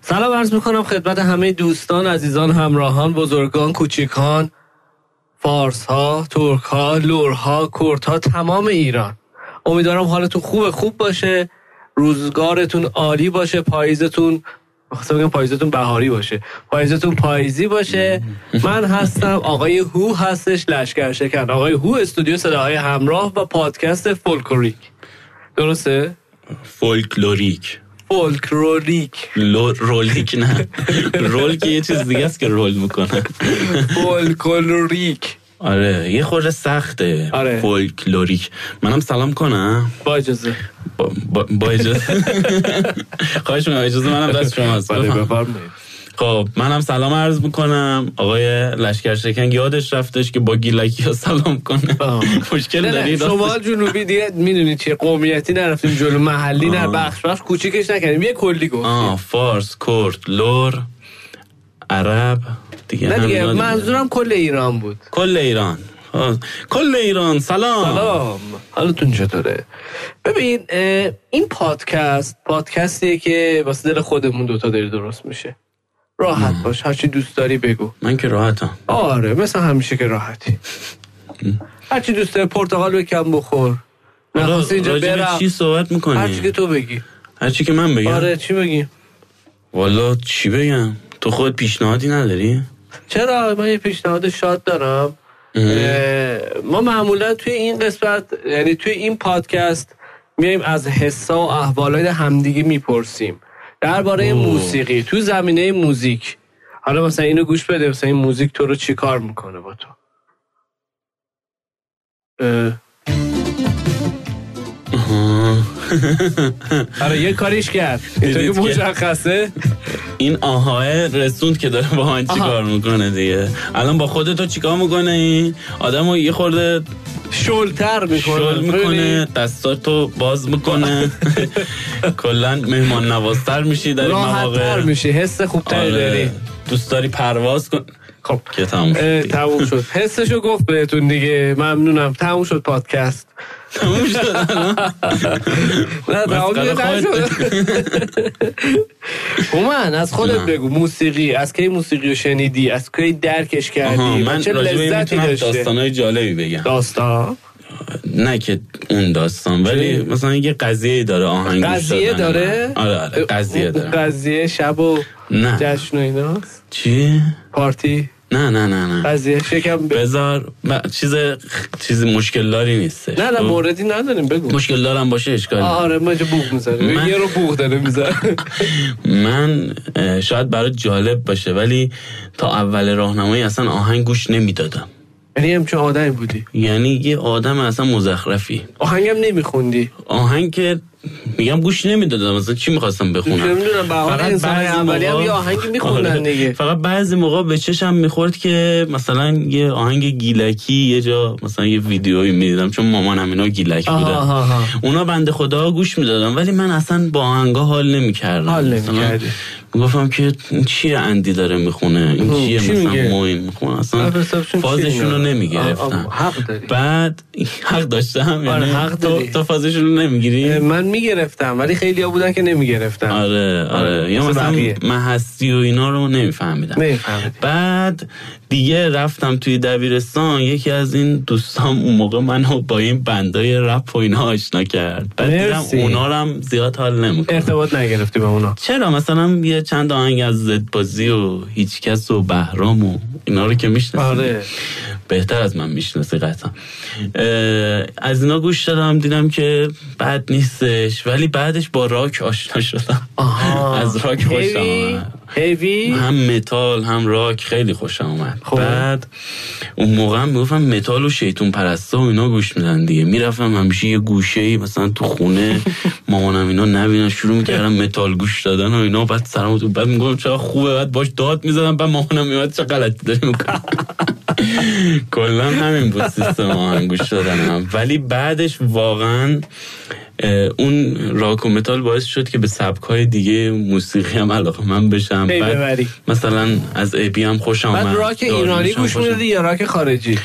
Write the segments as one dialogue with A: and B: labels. A: سلام عرض میکنم خدمت همه دوستان عزیزان همراهان بزرگان کوچیکان فارس ها ترک ها لور ها کرد ها تمام ایران امیدوارم حالتون خوب خوب باشه روزگارتون عالی باشه پاییزتون خواستم بگم پاییزتون بهاری باشه پاییزتون پاییزی باشه من هستم آقای هو هستش لشکر شکن آقای هو استودیو صداهای همراه و پادکست فولکوریک درسته؟
B: فولکلوریک
A: فولکروریک
B: لو- رولیک نه رول که یه چیز دیگه است که رول میکنه
A: فولکلوریک
B: آره یه خورده سخته
A: آره.
B: فولکلوریک منم سلام کنم
A: با اجازه
B: با, با- با اجازه خواهش میکنم اجازه منم دست شماست بفهم.
A: بفرمایید
B: خب منم سلام عرض میکنم آقای لشکر شکنگ یادش رفتش که با گیلکی ها سلام کنه
A: آه.
B: مشکل
A: نه،
B: داری
A: نه، شما
B: راستش؟
A: جنوبی دیگه میدونی چیه قومیتی نرفتیم جلو محلی نه
B: آه.
A: بخش بخش کوچیکش نکردیم یه کلی گفت
B: آه فارس کرد لور عرب دیگه
A: نه دیگه
B: همینا دیگه.
A: منظورم کل ایران بود
B: کل ایران آه. کل ایران سلام
A: سلام حالتون چطوره ببین اه، این پادکست پادکستیه که واسه دل خودمون دوتا داری درست میشه راحت باش هرچی دوست داری بگو
B: من که راحتم
A: آره مثل همیشه که راحتی هرچی دوست داری پرتقال بکم بخور نخواست اینجا
B: راجع به
A: برم
B: چی صحبت
A: هرچی که
B: میکنی
A: تو بگی
B: هرچی که من بگم
A: آره چی بگیم
B: والا چی بگم تو خود پیشنهادی نداری
A: چرا من یه پیشنهاد شاد دارم اه، ما معمولا توی این قسمت یعنی توی این پادکست میایم از حسا و احوالات همدیگه میپرسیم درباره
B: اوه.
A: موسیقی تو زمینه موزیک حالا مثلا اینو گوش بده مثلا این موزیک تو رو چی کار میکنه با تو اه،
B: آه.
A: آره یه کاریش کرد اینطوری
B: دیدید که-
A: مشخصه
B: این آهای رسوند که داره با من چی
A: آها.
B: کار میکنه دیگه الان با خودت تو چیکار میکنه این آدم رو یه خورده
A: شلتر میکنه
B: شل میکنه دستاتو باز میکنه کلا مهمان نوازتر میشی در این
A: راحتتر
B: مواقع
A: میشی حس خوبتری داری
B: آره. دوست داری پرواز کن
A: خب
B: که تموم شد
A: اه،
B: دیگه.
A: تموم شد حسشو گفت بهتون دیگه ممنونم تموم شد پادکست
B: تموم شد
A: نه تموم
B: مسخره
A: دیگه نشد هومن از خودت
B: نه.
A: بگو موسیقی از کی موسیقی رو شنیدی از کی درکش
B: آها،
A: کردی و
B: من
A: چه
B: راجع به این
A: لذتی
B: میتونم
A: داشته خب.
B: داستانهای جالبی بگم
A: داستان
B: نه که اون داستان ولی
A: چی؟
B: مثلا یه قضیه داره آهنگ گوش
A: قضیه
B: دادن.
A: داره
B: آره آره قضیه داره
A: قضیه شب و
B: نه.
A: جشن و ایناست
B: چی
A: پارتی
B: نه نه نه نه
A: قضیه شکم ب...
B: بذار ب- چیز چیز مشکل داری نیستش
A: نه نه
B: خب؟
A: موردی نداریم بگو
B: مشکل دارم باشه اشکال
A: آه،
B: نداره.
A: آره ما اینجا بوغ میزنه
B: من-
A: یه رو بوغ داره میزنه
B: من اه، شاید برای جالب باشه ولی تا اول راهنمایی اصلا آهنگ گوش نمیدادم
A: یعنی همچون آدمی بودی
B: یعنی یه آدم اصلا مزخرفی
A: آهنگم نمیخوندی
B: آهنگ که میگم گوش نمیدادم مثلا چی میخواستم بخونم
A: نمی‌دونم، به حال
B: فقط
A: انسان‌های
B: بعضی
A: اولی هم
B: موقع-
A: یه آهنگی می‌خوندن
B: آره.
A: دیگه.
B: فقط بعضی موقع به چشم میخورد که مثلا یه آهنگ گیلکی یه جا مثلا یه ویدیویی میدیدم چون مامانم اینا گیلک
A: آها،
B: بودن
A: آها، آها.
B: اونا بنده خدا گوش میدادم ولی من اصلا با آهنگا حال نمیکردم
A: حال نمی‌کردی.
B: گفتم که این چیه اندی داره میخونه این
A: اوه،
B: چیه
A: خب، چی میگه؟
B: مثلا موین میخونه اصلا
A: حسابشون چیه
B: فازشون رو
A: اینا؟
B: نمیگرفتم
A: آه، آه، حق داری.
B: بعد حق داشتم
A: آره،
B: یعنی
A: حق
B: تو,
A: داری.
B: تو فازشون رو نمیگیری
A: من میگرفتم ولی خیلی ها بودن که نمیگرفتم
B: آره
A: آره،
B: آره یا
A: مثل
B: مثلا
A: بقیه.
B: من هستی و اینا رو نمیفهمیدم
A: نمی‌فهمیدی.
B: بعد دیگه رفتم توی دبیرستان یکی از این دوستام اون موقع منو با این بندای رپ و اینا آشنا کرد بعد دیدم
A: مرسی.
B: اونا رو هم زیاد حال نمیکنم
A: ارتباط نگرفتی به اونا
B: چرا مثلا یه چند آهنگ از زد بازی و هیچکس و بهرام و اینا رو که میشناسی
A: آره.
B: بهتر از من میشناسی قطعا اه، از اینا گوش دادم دیدم که بد نیستش ولی بعدش با راک آشنا شدم
A: آها.
B: از راک خوشم
A: هیوی؟
B: آمد
A: هیوی
B: هم متال هم راک خیلی خوشم آمد
A: خب.
B: بعد اون موقع هم میگفتم متال و شیطون پرسته و اینا گوش میدن دیگه میرفتم همیشه یه گوشه ای مثلا تو خونه مامانم اینا نبینن شروع میکردم متال گوش دادن و اینا بعد سرم تو بعد میگفتم چقدر خوبه بعد باش داد میزدم بعد مامانم میاد چه غلطی داری میکنم کلا همین بود سیستم آهنگ گوش دادنم ولی بعدش واقعا اه، اون راک و متال باعث شد که به سبکای دیگه موسیقی هم علاقه من بشم
A: پی
B: بعد
A: ببری.
B: مثلا از ای بی هم خوش آمد
A: بعد راک
B: داریوش
A: ایرانی
B: هم
A: گوش
B: خوش آمد.
A: میدادی یا راک خارجی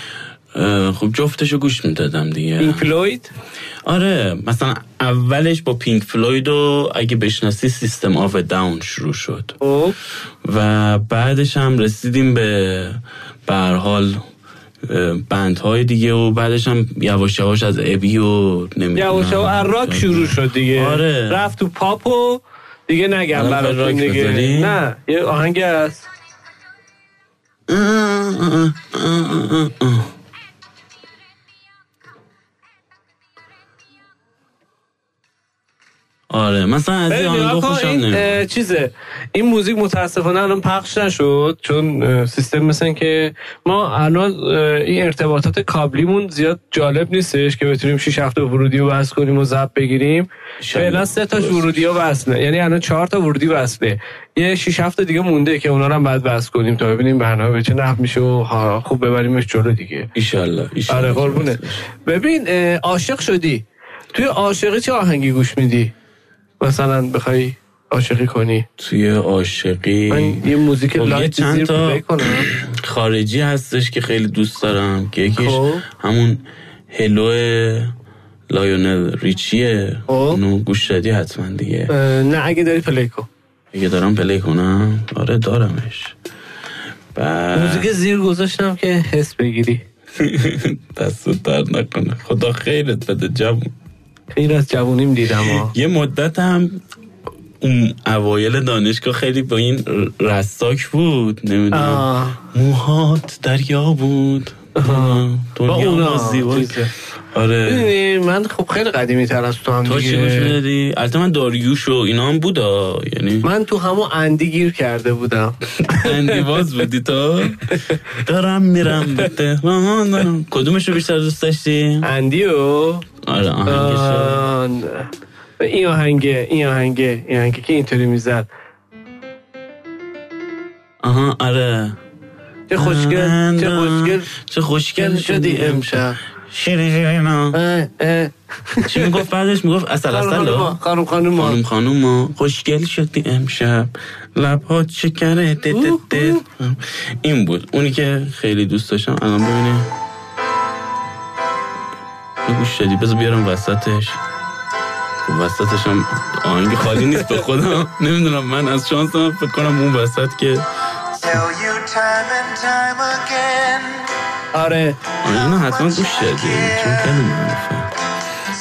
B: اه، خب جفتشو گوش میدادم دیگه
A: این پلوید
B: آره مثلا اولش با پینک فلوید و اگه بشناسی سیستم آف داون شروع شد
A: خب.
B: و بعدش هم رسیدیم به به هر حال اه، بندهای دیگه و بعدش هم یواش یواش از ابی و نمیدونم
A: یواش و عراق شروع شد دیگه
B: آره.
A: رفت تو پاپ و دیگه نگم
B: الان
A: براتون
B: عراق
A: دیگه
B: بذاری؟
A: نه یه آهنگ است
B: آره مثلا از این
A: ببین،
B: آهنگا
A: نگاه کن،
B: خوشم
A: این
B: نمیاد
A: اه، چیزه این موزیک متاسفانه الان پخش نشد چون اه، سیستم مثل که ما الان اه، این ارتباطات کابلیمون زیاد جالب نیستش که بتونیم 6 هفته ورودی رو وصل کنیم و ضبط بگیریم
B: شاید.
A: فعلا سه تا
B: درست.
A: ورودی ها وصله یعنی الان 4 تا ورودی وصله یه 6 هفته دیگه مونده که اونا رو هم باید وصل کنیم تا ببینیم برنامه به چه نحو میشه و ها، خوب ببریمش جلو دیگه
B: ایشالله ایشالله
A: آره قربونه ببین اه، عاشق شدی توی عاشقی چه آهنگی گوش میدی مثلا بخوای عاشقی کنی
B: توی عاشقی
A: من یه موزیک
B: خب، یه
A: لایت
B: چند
A: زیر
B: تا-
A: پلی کنم
B: خارجی هستش که خیلی دوست دارم که یکیش
A: خب.
B: همون هلو لایونل ریچیه
A: خب. بله.
B: اونو گوش دادی حتما دیگه
A: اه، نه اگه داری پلی کن
B: اگه دارم پلی کنم آره دارمش بعد
A: موزیک زیر گذاشتم که حس بگیری
B: دستت در نکنه خدا خیرت بده جمع
A: خیلی از جوونیم دیدم ها
B: یه مدت هم اون اوایل دانشگاه خیلی با این رستاک بود نمیدونم
A: آه.
B: موهات دریا بود
A: با
B: دنیا
A: اونا
B: ما زیبا
A: چیزه.
B: آره
A: می‌دونی، من خب خیلی قدیمی تر از تو هم
B: تو چی
A: دیگه.
B: گوش میدادی؟ البته من داریوش و اینا هم بودا یعنی
A: من تو همون اندی گیر کرده بودم
B: اندی باز بودی تو دارم میرم به تهران دارم. کدومش رو بیشتر دوست داشتی؟
A: اندی و
B: آره آهنگش
A: آن این آهنگه این آهنگه این آهنگه که اینطوری میزد
B: آها آره
A: چه خوشگل چه خوشگل
B: چه خوشگل
A: گل شدی امشب
B: شیرین شیرینا.
A: اه، اه.
B: چی میگفت بعدش میگفت اصل
A: خانم
B: اصل
A: خانوما، خانم خانوما
B: خانم خانوما خوشگل شدی امشب لبها شکره ده ده ده. این بود اونی که خیلی دوست داشتم الان ببینی اینو گوش شدی بذار بیارم وسطش خب وسطش هم آهنگ خالی نیست به خدا نمیدونم من از شانسم فکر کنم اون وسط که
C: Tell you time and time again.
A: آره
B: آره، اینو حتما گوش شدی چون خیلی معروفه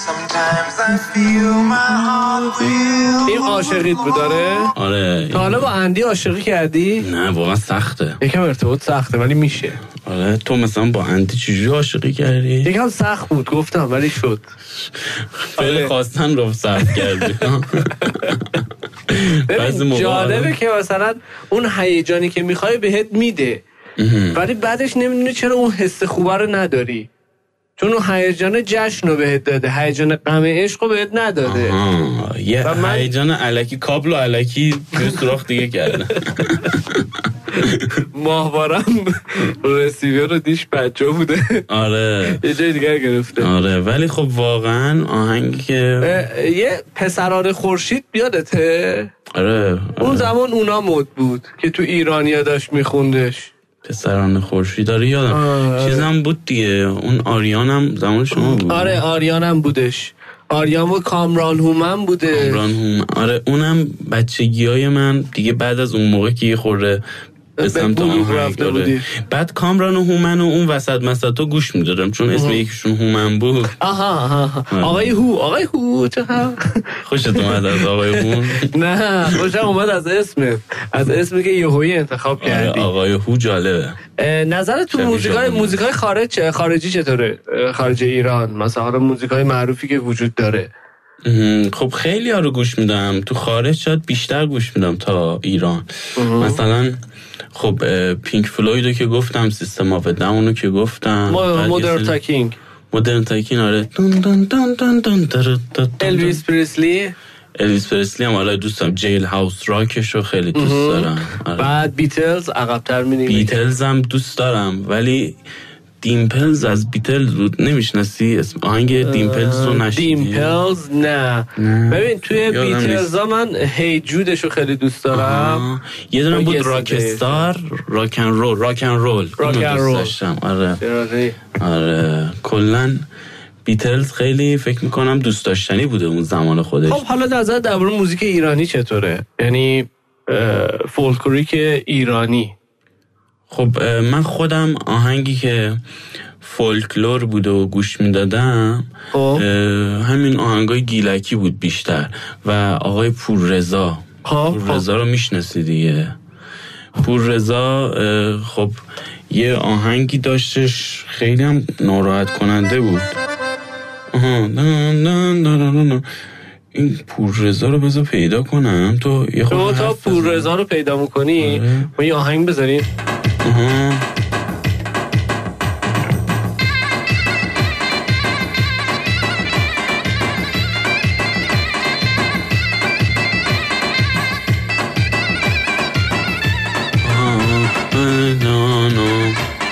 C: Sometimes I feel my heart will.
A: این عاشقیت بود داره
B: آره
A: تا حالا با اندی عاشقی کردی
B: نه واقعا سخته
A: یکم ارتباط سخته ولی میشه
B: آره تو مثلا با انتی چجوری عاشقی کردی؟
A: یکم سخت بود گفتم ولی شد
B: فعل
A: آره.
B: خواستن رو سخت کردی بعضی
A: ببین
B: موقع آره.
A: جالبه
B: آدم-
A: که مثلا اون هیجانی که میخوای بهت میده ولی بعدش نمیدونی چرا اون حس خوبه رو نداری چون اون هیجان جشن رو بهت داده هیجان غم عشق رو بهت نداده
B: آه،
A: و
B: یه
A: من-
B: هیجان علکی کابل و علکی توی سوراخ دیگه کردن
A: ماهوارم رسیور رو دیش بچه بوده
B: آره
A: یه جای دیگر گرفته
B: آره ولی خب واقعا آهنگی که
A: اه، یه پسران خورشید بیادته
B: آره,
A: اون
B: آره.
A: زمان اونا مد بود که تو ایرانیا داشت میخوندش
B: پسران خورشید داره یادم
A: آره.
B: چیزم بود دیگه اون آریان هم زمان شما بود
A: آره آریانم بودش آریان و کامران هومن بوده
B: عمران هوم آره اونم بچگی های من دیگه بعد از اون موقع که یه خورده به
A: به
B: سمت
A: بلوغ
B: آهنگ،
A: رفته
B: آره.
A: بودی.
B: بعد کامران و هومن و اون وسط مستو گوش میدادم چون اسم یکیشون هومن بود
A: آها آها
B: آره.
A: آقای هو آقای هو چه خبر؟
B: خوشت اومد از آقای هون
A: نه خوشم اومد از اسمت از اسمی که یهویی انتخاب
B: آره
A: کردی
B: آقای هو جالبه
A: اه، نظر تو
B: شبیه
A: موزیکای
B: جوان.
A: موزیکای خارج چه- خارجی چطوره اه، خارج ایران مثلا حالا موزیکای معروفی که وجود داره
B: مهم. خب خیلی ها رو گوش میدم تو خارج شاید بیشتر گوش میدم تا ایران مثلا خب اه، پینک فلویدو که گفتم سیستم آف داونو که گفتم بعد یه
A: مودر
B: سری-
A: تاکینگ
B: مدرن تاکین آره دون دون دون دون دون دون دون دون.
A: الویس پریسلی
B: الویس پرسلی هم آره دوست دارم جیل هاوس راکش رو خیلی دوست دارم آره.
A: بعد بیتلز عقبتر میریم
B: بیتلز هم دوست دارم ولی دیمپلز از بیتلز بود نمیشناسی اسم آهنگ دیمپلز رو نشنیدی
A: دیمپلز نه
B: نه.
A: ببین توی
B: یادم نیست.
A: بیتلز من هی جودش رو خیلی دوست دارم
B: آه. یه دونه
A: با
B: بود
A: یه صدای.
B: راکستار راکن رول راکن رول
A: راک
B: اونو
A: ان
B: دوست
A: رول.
B: داشتم آره
A: درازی.
B: آره کلا بیتلز خیلی فکر میکنم دوست داشتنی بوده اون زمان خودش
A: خب حالا نظر در مورد موزیک ایرانی چطوره یعنی اه، فولکلوریک ایرانی
B: خب اه، من خودم آهنگی که فولکلور بود و گوش میدادم
A: خب.
B: همین آهنگای گیلکی بود بیشتر و آقای پور رضا
A: خب،
B: پور
A: خب.
B: رضا رو میشناسی دیگه پور رضا اه، خب یه آهنگی داشتش خیلی هم ناراحت کننده بود آها نه نه نه نه نه نه. این پور رضا رو بذار پیدا کنم تو یه خود
A: شما خب، تا
B: حرف بزن.
A: پور رضا رو پیدا میکنی
B: آره.
A: ما یه آهنگ بذاریم
B: آها.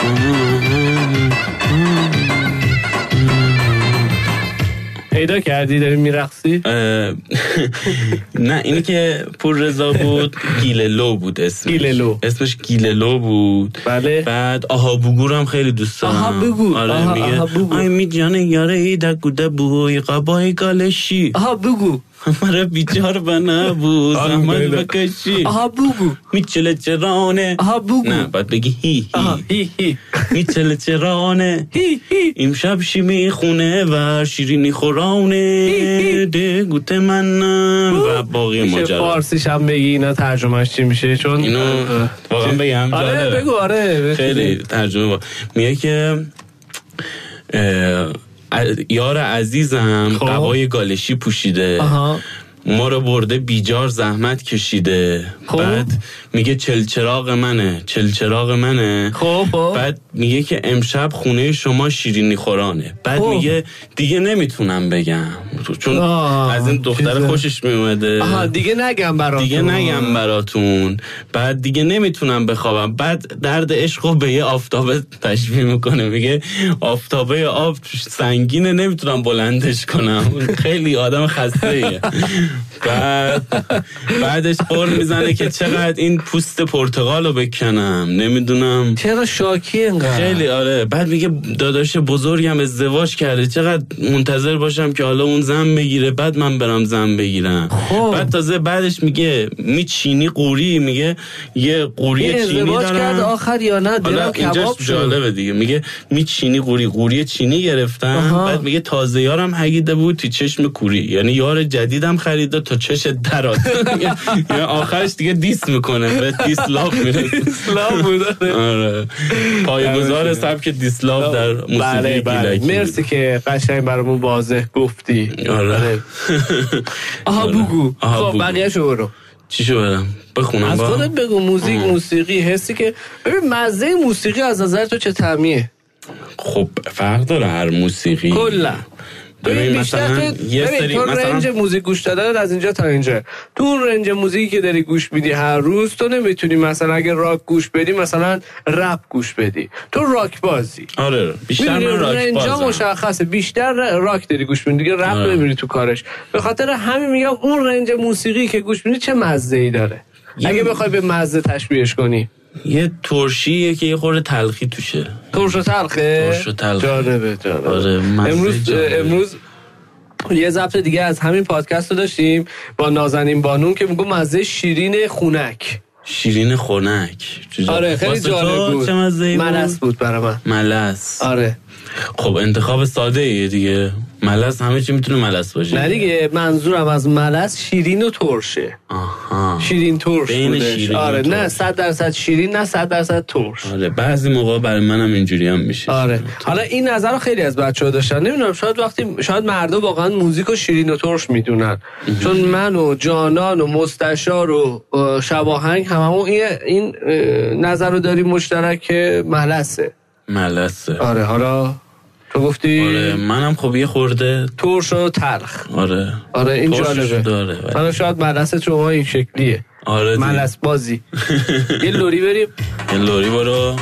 B: Mm-hmm. Mm-hmm.
A: پیدا کردی داری میرقصی
B: اه، نه اینی که پور رضا بود گیللو بود اسمش
A: گیللو.
B: اسمش گیللو بود
A: بله.
B: بعد آها بوگور هم خیلی دوست دارم
A: آها بوگور.
B: آره
A: آها،
B: میگه
A: آها بوگور.
B: آی می جان یاره ای دکوده بوی قبای گالشی
A: آها بگو
B: مرا بیچار بنا بود
A: آره،
B: زحمت
A: بله.
B: بکشی
A: آها بگو
B: میچله چرانه
A: آها بوگور.
B: نه باید بگی هی
A: آها
B: هی
A: هی هی
B: میچله چرانه
A: هی هی
B: امشب شیمی خونه و شیرینی خورانه ده گوته منم و باقی
A: میشه
B: ماجرا
A: فارسیش هم بگی اینا ترجمهش چی میشه چون
B: اینو واقعا بگم
A: آره
B: جالبه.
A: بگو آره
B: خیلی ترجمه با میگه که اه، ا- یار عزیزم
A: خب.
B: قبای گالشی پوشیده
A: آها
B: ما رو برده بیجار زحمت کشیده
A: خب.
B: بعد میگه چلچراغ منه چلچراغ منه
A: خب خب
B: بعد میگه که امشب خونه شما شیرینی خورانه بعد
A: اوه.
B: میگه دیگه نمیتونم بگم چون
A: آه،
B: از این دختر
A: چیزه.
B: خوشش میومده
A: آها دیگه نگم برات
B: دیگه نگم براتون بعد دیگه نمیتونم بخوابم بعد درد عشق رو به یه آفتابه تشبیه میکنه میگه آفتابه آب سنگینه نمیتونم بلندش کنم خیلی آدم خسته ایه بعد بعدش قول میزنه که چقدر این پوست پرتغال رو بکنم نمیدونم
A: چرا شاکی انقدر
B: خیلی آره بعد میگه داداش بزرگم ازدواج کرده چقدر منتظر باشم که حالا اون زن بگیره بعد من برم زن بگیرم
A: خب.
B: بعد تازه بعدش میگه می چینی قوری میگه یه قوری
A: این
B: چینی
A: ازدواج کرد
B: دارم
A: آخر یا نه
B: حالا
A: دلم
B: اینجاش
A: کباب شد
B: جالبه دیگه میگه می چینی قوری قوری چینی گرفتم
A: آها.
B: بعد میگه تازه یارم هگیده بود تو چشم کوری یعنی یار جدیدم خریده تا چش درات یعنی آخرش دیگه دیس میکنه به دیس لاف میرسه
A: اسلام بود
B: آره پایگزار سبک دیسلاف در موسیقی
A: آره. بله بله
B: گیلکی
A: مرسی که قشنگ برامون واضح گفتی
B: آره
A: آها
B: آره.
A: بگو
B: آها،
A: خب
B: بگو.
A: بقیه شو برو
B: چی شو برم بخونم
A: از
B: با
A: خودت بگو موزیک موسیقی حسی که ببین مزه موسیقی از نظر تو چه تعمیه
B: خب فرق داره هر موسیقی
A: کلا
B: ببین
A: ببین بیشتر
B: مثلا
A: تو-
B: یه
A: ببین
B: سری
A: تو رنج
B: مثلا
A: موزیک گوش دادن از اینجا تا اینجا تو اون رنج موزیکی که داری گوش میدی هر روز تو نمیتونی مثلا اگه راک گوش بدی مثلا رپ گوش بدی تو راک بازی
B: آره بیشتر
A: می‌دونی
B: من راک
A: رنجا
B: بازم
A: مشخصه بیشتر ر- راک داری گوش میدی دیگه رپ
B: آره.
A: نمیری تو کارش به خاطر همین میگم اون رنج موسیقی که گوش میدی چه مزه ای داره
B: یه-
A: اگه بخوای به مزه تشبیهش کنی
B: یه ترشیه که یه خورده تلخی توشه
A: ترش و تلخه
B: ترش و تلخه.
A: جالبه جالبه
B: آره، مزه
A: امروز
B: جالبه.
A: امروز یه ضبط دیگه از همین پادکست رو داشتیم با نازنین بانون که میگو مزه شیرین خونک
B: شیرین خنک چه جالب.
A: آره خیلی
B: خب، واسه تو
A: جالب بود
B: چه مزه‌ای بود؟
A: ملس بود برای من
B: ملس
A: آره
B: خب انتخاب ساده ایه دیگه ملس همه چی میتونه ملس باشه
A: نه دیگه منظورم از ملس شیرین و ترشه
B: آها
A: شیرین ترش
B: بین
A: بودش
B: شیرین و
A: آره نه
B: ترش.
A: صد درصد شیرین نه صد درصد ترش
B: آره بعضی موقع برای منم اینجوری هم میشه
A: آره حالا این نظر رو خیلی از بچه ها داشتن نمیدونم شاید وقتی شاید مردا واقعا موزیک و شیرین و ترش میدونن چون من و جانان و مستشار و اه، شباهنگ هممون این این اه، نظر رو داریم مشترک که ملسه
B: ملسه
A: آره حالا تو گفتی
B: آره منم خب یه خورده
A: ترش و تلخ
B: آره
A: آره این
B: ترشش
A: جالبه
B: داره ولی.
A: حالا شاید ملس شما این شکلیه
B: آره دیگه.
A: ملس بازی یه لوری بریم
B: یه لوری برو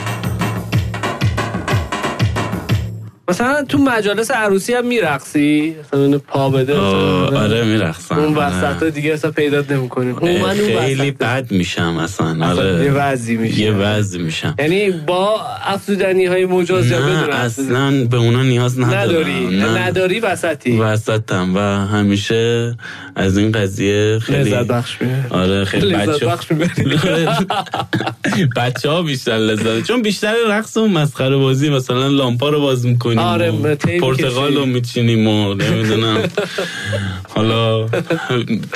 A: مثلا تو مجالس عروسی هم میرقصی مثلا اینو پا بده
B: آه،
A: مثلا.
B: آره میرخصم
A: اون وسط ها دیگه اصلا پیدات نمیکنیم اون من اون
B: خیلی
A: وسط
B: بد میشم اصلا
A: یه
B: آره
A: وضعی میشه
B: یه وضع میشم
A: یعنی با افزودنی های مجاز یا بدون
B: نه
A: افزودنی.
B: اصلا به اونا نیاز
A: نداری
B: ندارم نه.
A: نداری وسطی
B: وسطم و همیشه از این قضیه خیلی
A: لذت بخش می‌بری.
B: آره خیلی
A: لذت
B: بچه
A: بخش می‌بری.
B: بچه ها بیشتر لذت چون بیشتر رقص و مسخره بازی مثلا لامپا رو باز میکنیم
A: آره،
B: و
A: طی
B: پرتقال رو
A: می‌کشی.
B: میچینیم و نمیدونم حالا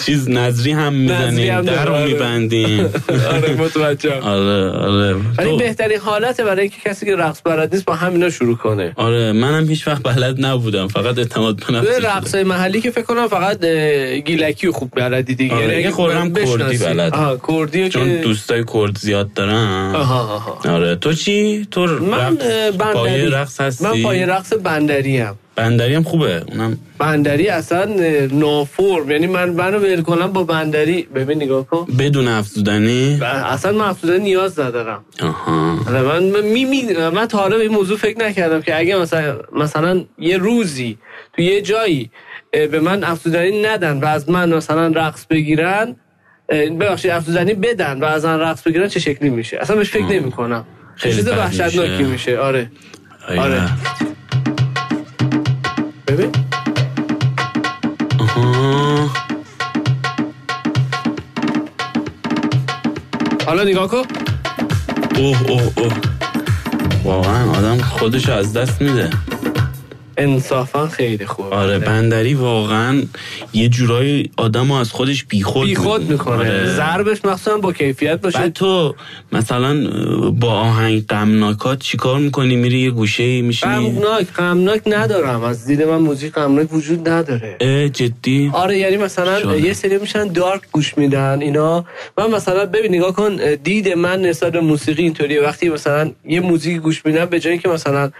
B: چیز نظری هم
A: نظری
B: میزنیم
A: هم
B: در رو
A: داره.
B: میبندیم
A: آره متوجهم
B: آره آره
A: ولی
B: تو-
A: بهترین حالت برای اینکه کسی که رقص بلد نیست با همینا شروع کنه
B: آره منم هیچ وقت بلد نبودم فقط اعتماد به
A: توی
B: نفس
A: رقص محلی که فکر کنم فقط اه، گیلکی و خوب بلدی دیگه
B: آره،
A: یعنی
B: یه خورم
A: بشناسی.
B: کردی بلد.
A: آها، کردی رو
B: چون
A: که
B: دوستای کرد زیاد دارم
A: آها، آها.
B: آره تو چی تو
A: من
B: رقص
A: اه،
B: پایه
A: بندری
B: رقص هستی
A: من پای رقص بندری هم
B: بندری هم خوبه اونم
A: بندری اصلا اه، نافرم یعنی من منو ول کنم با بندری ببین نگاه کن
B: بدون افزودنی
A: ب- اصلا من افزوده نیاز ندارم
B: آها
A: آره، من من می می من تا حالا به این موضوع فکر نکردم که اگه مثلا مثلا یه روزی تو یه جایی اه، به من افزودنی ندن و از من مثلا رقص بگیرن اه، ببخشید افزودنی بدن و از من رقص بگیرن چه شکلی میشه اصلا بهش فکر نمی کنم
B: خیلی
A: چیز
B: بد
A: وحشتناکی
B: میشه.
A: میشه آره
B: آیا.
A: آره. ببین
B: آها.
A: حالا نگاه کن
B: اوه اوه اوه واقعا آدم خودش از دست میده
A: انصافا خیلی خوب
B: آره بندری واقعا یه جورایی آدم از خودش بیخود
A: بیخود میکنه
B: آره.
A: ضربش مخصوصا با کیفیت باشه
B: بعد تو مثلا با آهنگ غمناکات چیکار میکنی میری یه گوشه میشینی
A: غمناک غمناک ندارم از دید من موزیک غمناک وجود نداره
B: اه، جدی
A: آره یعنی مثلا
B: شانه.
A: یه سری میشن دارک گوش میدن اینا من مثلا ببین نگاه کن دید من نسبت به موسیقی اینطوریه وقتی مثلا یه موزیک گوش میدم به جایی که مثلا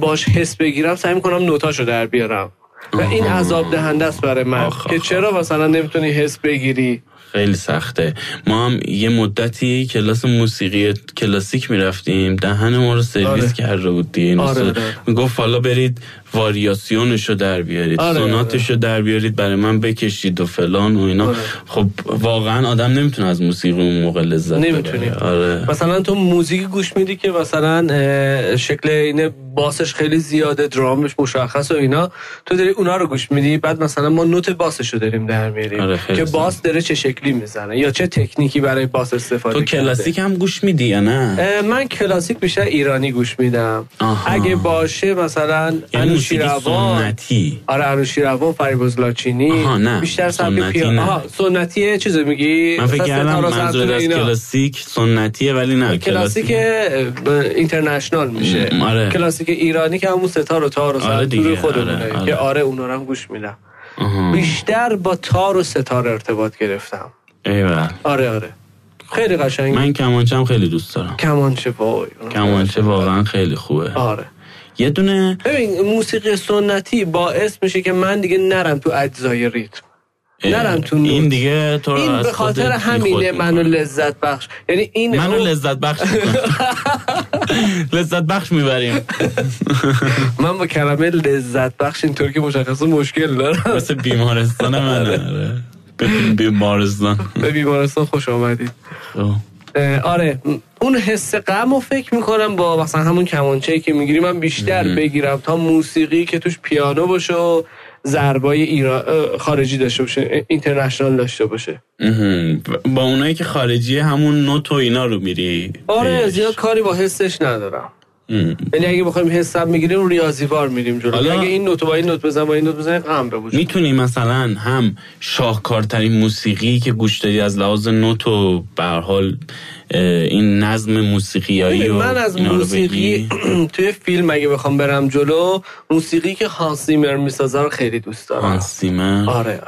A: باش حس بگیرم سعی میکنم نوتاشو در بیارم و این
B: آها.
A: عذاب دهنده است برای من
B: آخ، آخ،
A: که
B: آخ.
A: چرا مثلا نمیتونی حس بگیری
B: خیلی سخته ما هم یه مدتی کلاس موسیقی کلاسیک میرفتیم دهن ما رو سرویس
A: آره.
B: کرده بود دیگه
A: آره، آره.
B: میگفت حالا برید واریاسیونش رو در بیارید
A: آره،
B: سوناتش رو در بیارید برای من بکشید و فلان و اینا
A: آره.
B: خب واقعا آدم نمیتونه از موسیقی اون موقع لذت
A: نمیتونی.
B: ببره. آره
A: مثلا تو موزیک گوش میدی که مثلا اه، شکل این باسش خیلی زیاده درامش مشخص و اینا تو داری اونا رو گوش میدی بعد مثلا ما نوت باسش رو داریم در میاریم
B: آره، خیلی
A: که
B: زیاد.
A: باس داره چه شکلی میزنه یا چه تکنیکی برای باس استفاده
B: تو
A: کرده.
B: کلاسیک هم گوش میدی یا نه
A: اه، من کلاسیک بیشتر ایرانی گوش میدم
B: آها.
A: اگه باشه مثلا
B: یعنی موسیقی
A: انوشیروان
B: سنتی
A: آره انوشیروان فریبرز لاچینی
B: آها، نه.
A: بیشتر سبک
B: سنتی
A: پیانو
B: نه.
A: آها سنتیه چیزو میگی
B: من فکر
A: مثلا
B: کردم
A: ستاره
B: منظور
A: سنتور
B: از
A: اینا.
B: کلاسیک سنتیه ولی نه
A: کلاسیک ب- اینترنشنال میشه
B: م، آره.
A: کلاسیک ایرانی که همون ستار و تار و
B: آره
A: سنتور
B: دیگه،
A: خودمونه
B: آره، آره.
A: که آره اونا رو هم گوش میدم
B: آها.
A: بیشتر با تار و ستار ارتباط گرفتم
B: ایول.
A: آره آره خیلی قشنگ
B: من کمانچه هم خیلی دوست دارم
A: کمانچه وای اونا
B: کمانچه واقعا خیلی خوبه
A: آره
B: یه دونه
A: ببین موسیقی سنتی باعث میشه که من دیگه نرم تو اجزای ریتم
B: اه،
A: نرم تو نوت.
B: این دیگه تو رو
A: این
B: از
A: به خاطر
B: خودت
A: همینه
B: بیخود
A: منو
B: می‌کنه.
A: لذت بخش یعنی این
B: منو لذت بخش می‌کنه. لذت بخش میبریم
A: من با کلمه لذت بخش اینطور که مشخصه مشکل دارم
B: مثل بیمارستان منه آره. بریم بیمارستان
A: به بیمارستان خوش آمدید
B: خب.
A: اه، آره م، اون حس غم رو فکر میکنم با مثلا همون کمانچه که میگیری من بیشتر بگیرم تا موسیقی که توش پیانو باشه و ضربای ایرا... اه، خارجی داشته باشه اینترنشنال داشته باشه
B: مهم. با اونایی که خارجی همون نوت و اینا رو میری
A: آره
B: پیش.
A: زیاد کاری با حسش ندارم
B: مهم.
A: یعنی اگه بخوایم حسم میگیریم ریاضیوار میریم جلو
B: حالا-
A: اگه این نوت رو با این نوت بزن با این نوت بزن غم به وجود
B: میتونی مثلا هم شاهکارترین موسیقی که گوش دادی از لحاظ نوت و به هر حال اه، این نظم موسیقیایی
A: ببین،
B: و
A: من از
B: اینا رو
A: موسیقی
B: بگی.
A: توی فیلم اگه بخوام برم جلو موسیقی که هانس زیمر میسازه رو خیلی دوست دارم
B: هانس
A: آره
B: زیمر.
A: آره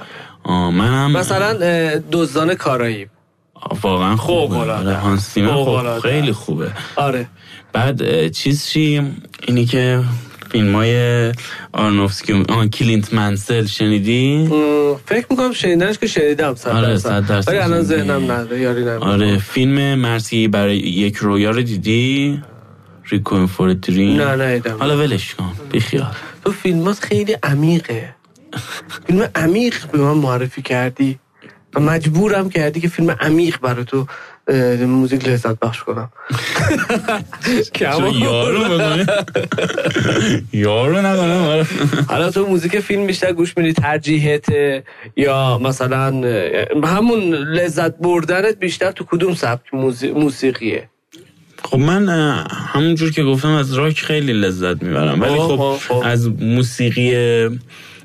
B: آه، منم
A: مثلا اه، دزدان کارایی
B: واقعا خوبه
A: فوق‌العاده.
B: آره، هانس زیمر خوب-
A: فوق‌العاده.
B: خیلی خوبه
A: آره
B: بعد اه، چیز چی اینی که فیلم های آرنوفسکی آه، کلینت منسل شنیدی
A: م، فکر میکنم شنیدنش که شنیدم صد
B: آره،
A: درصد.
B: صد درصد
A: ولی الان
B: شنیدی.
A: ذهنم نداره یاری نمی‌کنه.
B: آره فیلم مرسی برای یک رویا رو دیدی ریکوین فور دریم
A: نه، ندیدم.
B: حالا ولش کن بیخیال
A: تو فیلمات خیلی عمیقه فیلم عمیق به من معرفی کردی و مجبورم کردی که فیلم عمیق برای تو اه، موزیک لذت بخش کنم
D: تو یارو بکنه یارو نکنم آره.
A: حالا تو موزیک فیلم بیشتر گوش میدی ترجیحت یا مثلا اه، همون لذت بردنت بیشتر تو کدوم سبک موزی- موسیقیه
B: خب من اه، همونجور که گفتم از راک خیلی لذت میبرم ولی
A: آه،
B: خب
A: آه، آه.
B: از موسیقی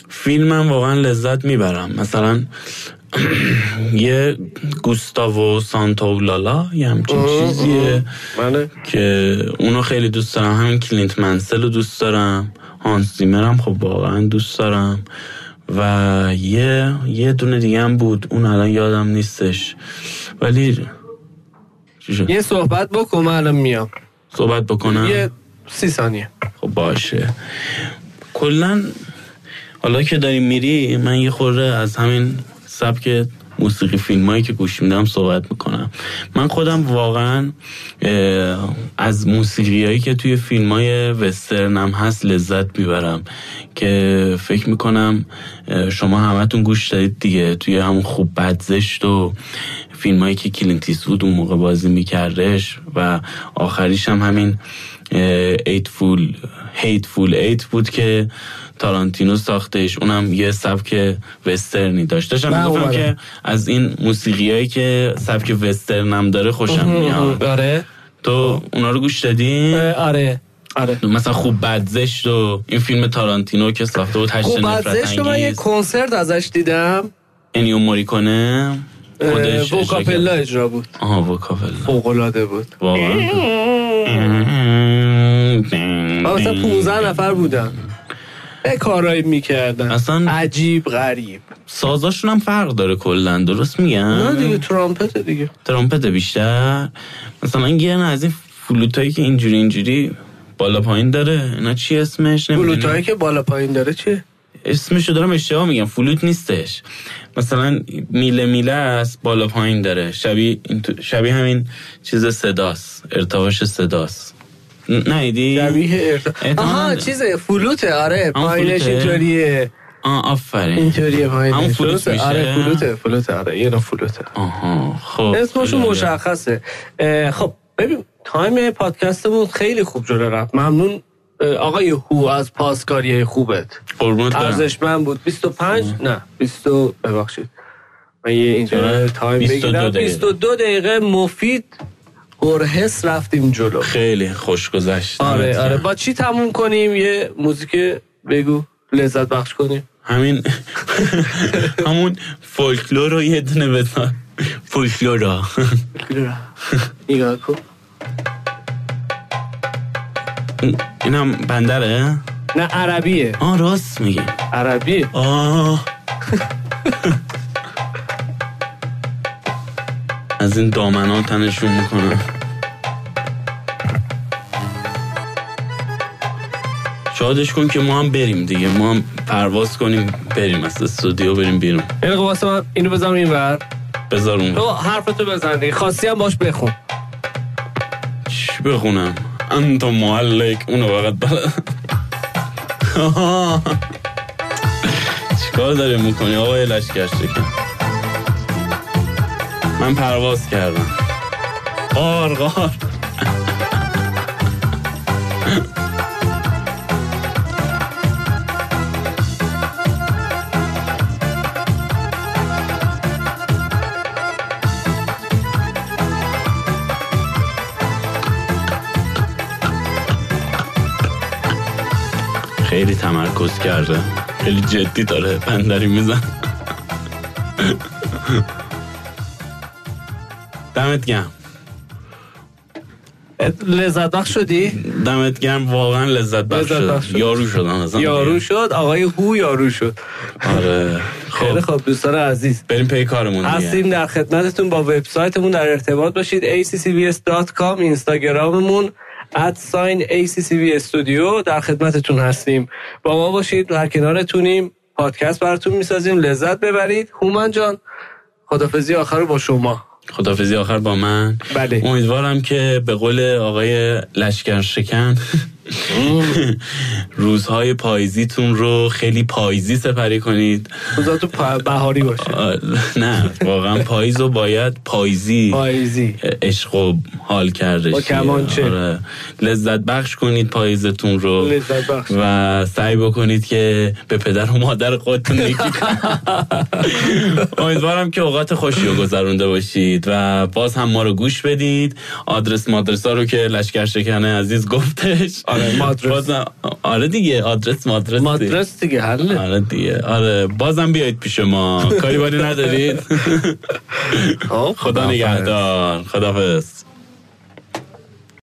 B: فیلمم واقعا لذت میبرم مثلا یه گوستاو سانتاولالا یه همچین چیزیه
A: بله
B: که اونو خیلی دوست دارم همین کلینت منسل رو دوست دارم هانس زیمرم خب واقعا دوست دارم و یه یه دونه دیگه هم بود اون الان یادم نیستش ولی چی شد؟
A: یه صحبت بکن من الان میام
B: صحبت بکنم
A: یه سی ثانیه
B: خب باشه کلا حالا که داری میری من یه خورده از همین سبک موسیقی فیلم که گوش میدم صحبت میکنم من خودم واقعا اه، از موسیقی هایی که توی فیلم های وسترنم هست لذت میبرم که فکر میکنم شما همتون گوش دادید دیگه توی همون خوب بد زشت و فیلم هایی که کلینت ایستوود اون موقع بازی میکردش و آخریش هم همین ایتفول هیتفول ایت بود که تارانتینو ساختش اونم یه سبک وسترنی داشت داشتم
A: من
B: میگفتم
A: اومدم.
B: که از این موسیقی هایی که سبک وسترن هم داره خوشم میاد
A: آره
B: تو اونا رو گوش دادی؟
A: اه، آره آره
B: مثلا خوب بد زشت و این فیلم تارانتینو که ساخته بود هشت
A: خب از
B: نفرت
A: زشت رو من یه
B: انگیز
A: کنسرت ازش دیدم
B: انیو موریکونه
A: اه، خب.
B: خودش اجرا
A: وکاپلا
B: کرد.
A: اجرا بود
B: آها وکاپلا
A: فوقلاده بود
B: واقعا
A: من مثلا 15 نفر بودم یه کارایی میکردن
B: اصلا-
A: عجیب غریب
B: سازاشون هم فرق داره کلا درست
A: نه دیگه
B: میگم
A: ترامپت دیگه
B: ترامپت بیشتر مثلا یه نه از این فلوتایی که اینجوری اینجوری بالا پایین داره اینا چی اسمش
A: بلوتایی که بالا پایین داره چیه
B: اسمشو دارم اشتباه میگم فلوت نیستش مثلا میله میله است بالا پایین داره شبیه, این تو- شبیه همین چیز صداست ارتعاش صداست ن- نهیدی؟
A: شبیه ارتا
B: احتمالاً-
A: آها چیزه فلوته آره
B: همون
A: پایینش
B: فلوته؟
A: اینطوریه
B: آه آفرین
A: اینطوریه پایینش
B: همون فلوت میشه؟
A: آره فلوته فلوته آره یه نوع فلوته آره.
B: آها خب
A: اسمشون
B: خیلی عالی.
A: مشخصه اه، خب ببین تایم پادکستمون خیلی خوب جلو رفت ممنون اه، آقای هو از پاسکاری خوبت
B: قربونت برم.
A: ارزشمند بود 25 نه 20 ببخشید من یه اینجا
B: چرا؟
A: تایم
B: 22
A: بگیرم
B: دقیقه.
A: 22 دقیقه مفید هرحس رفتیم جلو
B: خیلی خوش گذشت
A: آره
B: دمت
A: آره
B: گرم.
A: با چی تموم کنیم یه موزیک بگو لذت بخش کنیم
B: همین همون فولکلور رو یه دونه بزن فولکلور رو
A: نگاه کن
B: اینم بندره
A: نه عربیه
B: آه راست میگی
A: عربیه
B: آه از این دامن ها تنشون میکنه شادش کن که ما هم بریم دیگه ما هم پرواز کنیم بریم از استودیو بریم بیرون
A: یعنی واسه من اینو بزنم این ور
B: بذار اون
A: تو حرفتو بزن دیگه. خواستی هم باش بخون
B: چی بخونم انت معلق اونو فقط بلد چیکار داری میکنی آقای لشکر شکن من پرواز کردم قار قار خیلی تمرکز کرده خیلی جدی داره بندری میزن دمت گم
A: لذت بخش
B: بله.
A: شدی
B: دمت گم واقعا لذت بخش
A: لذت بخش
B: شد
A: شد.
B: یارو شدم اصلا
A: یارو شد آقای هو یارو شد
B: آره
A: خیلی
B: خب
A: خب دوستان عزیز
B: بریم پی کارمون دیگه
A: هستیم در خدمتتون با وبسایتمون در ارتباط باشید accvs.com اینستاگراممون ادساین accv استودیو در خدمتتون هستیم با ما باشید در کنارتونیم پادکست براتون میسازیم لذت ببرید هومن جان خدافزی آخر رو با شما
B: خدافزی آخر با من
A: بله.
B: امیدوارم که به قول آقای لشکر شکن روزهای پاییزیتون رو خیلی پاییزی سپری کنید
A: روزاتون پا- بهاری باشه
B: آه، نه واقعا پاییز رو باید پاییزی
A: پاییزی
B: عشق و حال کردش
A: با کمانچه.
B: آره. لذت بخش کنید پاییزتون رو
A: لذت بخش.
B: و سعی بکنید که به پدر و مادر خودتون نیکی کنید. امیدوارم که اوقات خوشی رو گذرونده باشید و باز هم ما رو گوش بدید آدرس مادرسا رو که لشکر شکنه عزیز گفتش
A: آره، مادرس.
B: بازم- آره دیگه آدرس مادرس
A: مادرس دیگه حله
B: آره دیگه آره بازم بیایید پیش ما کاری باری ندارید
A: خب.
B: خدا نگهدار خدافظ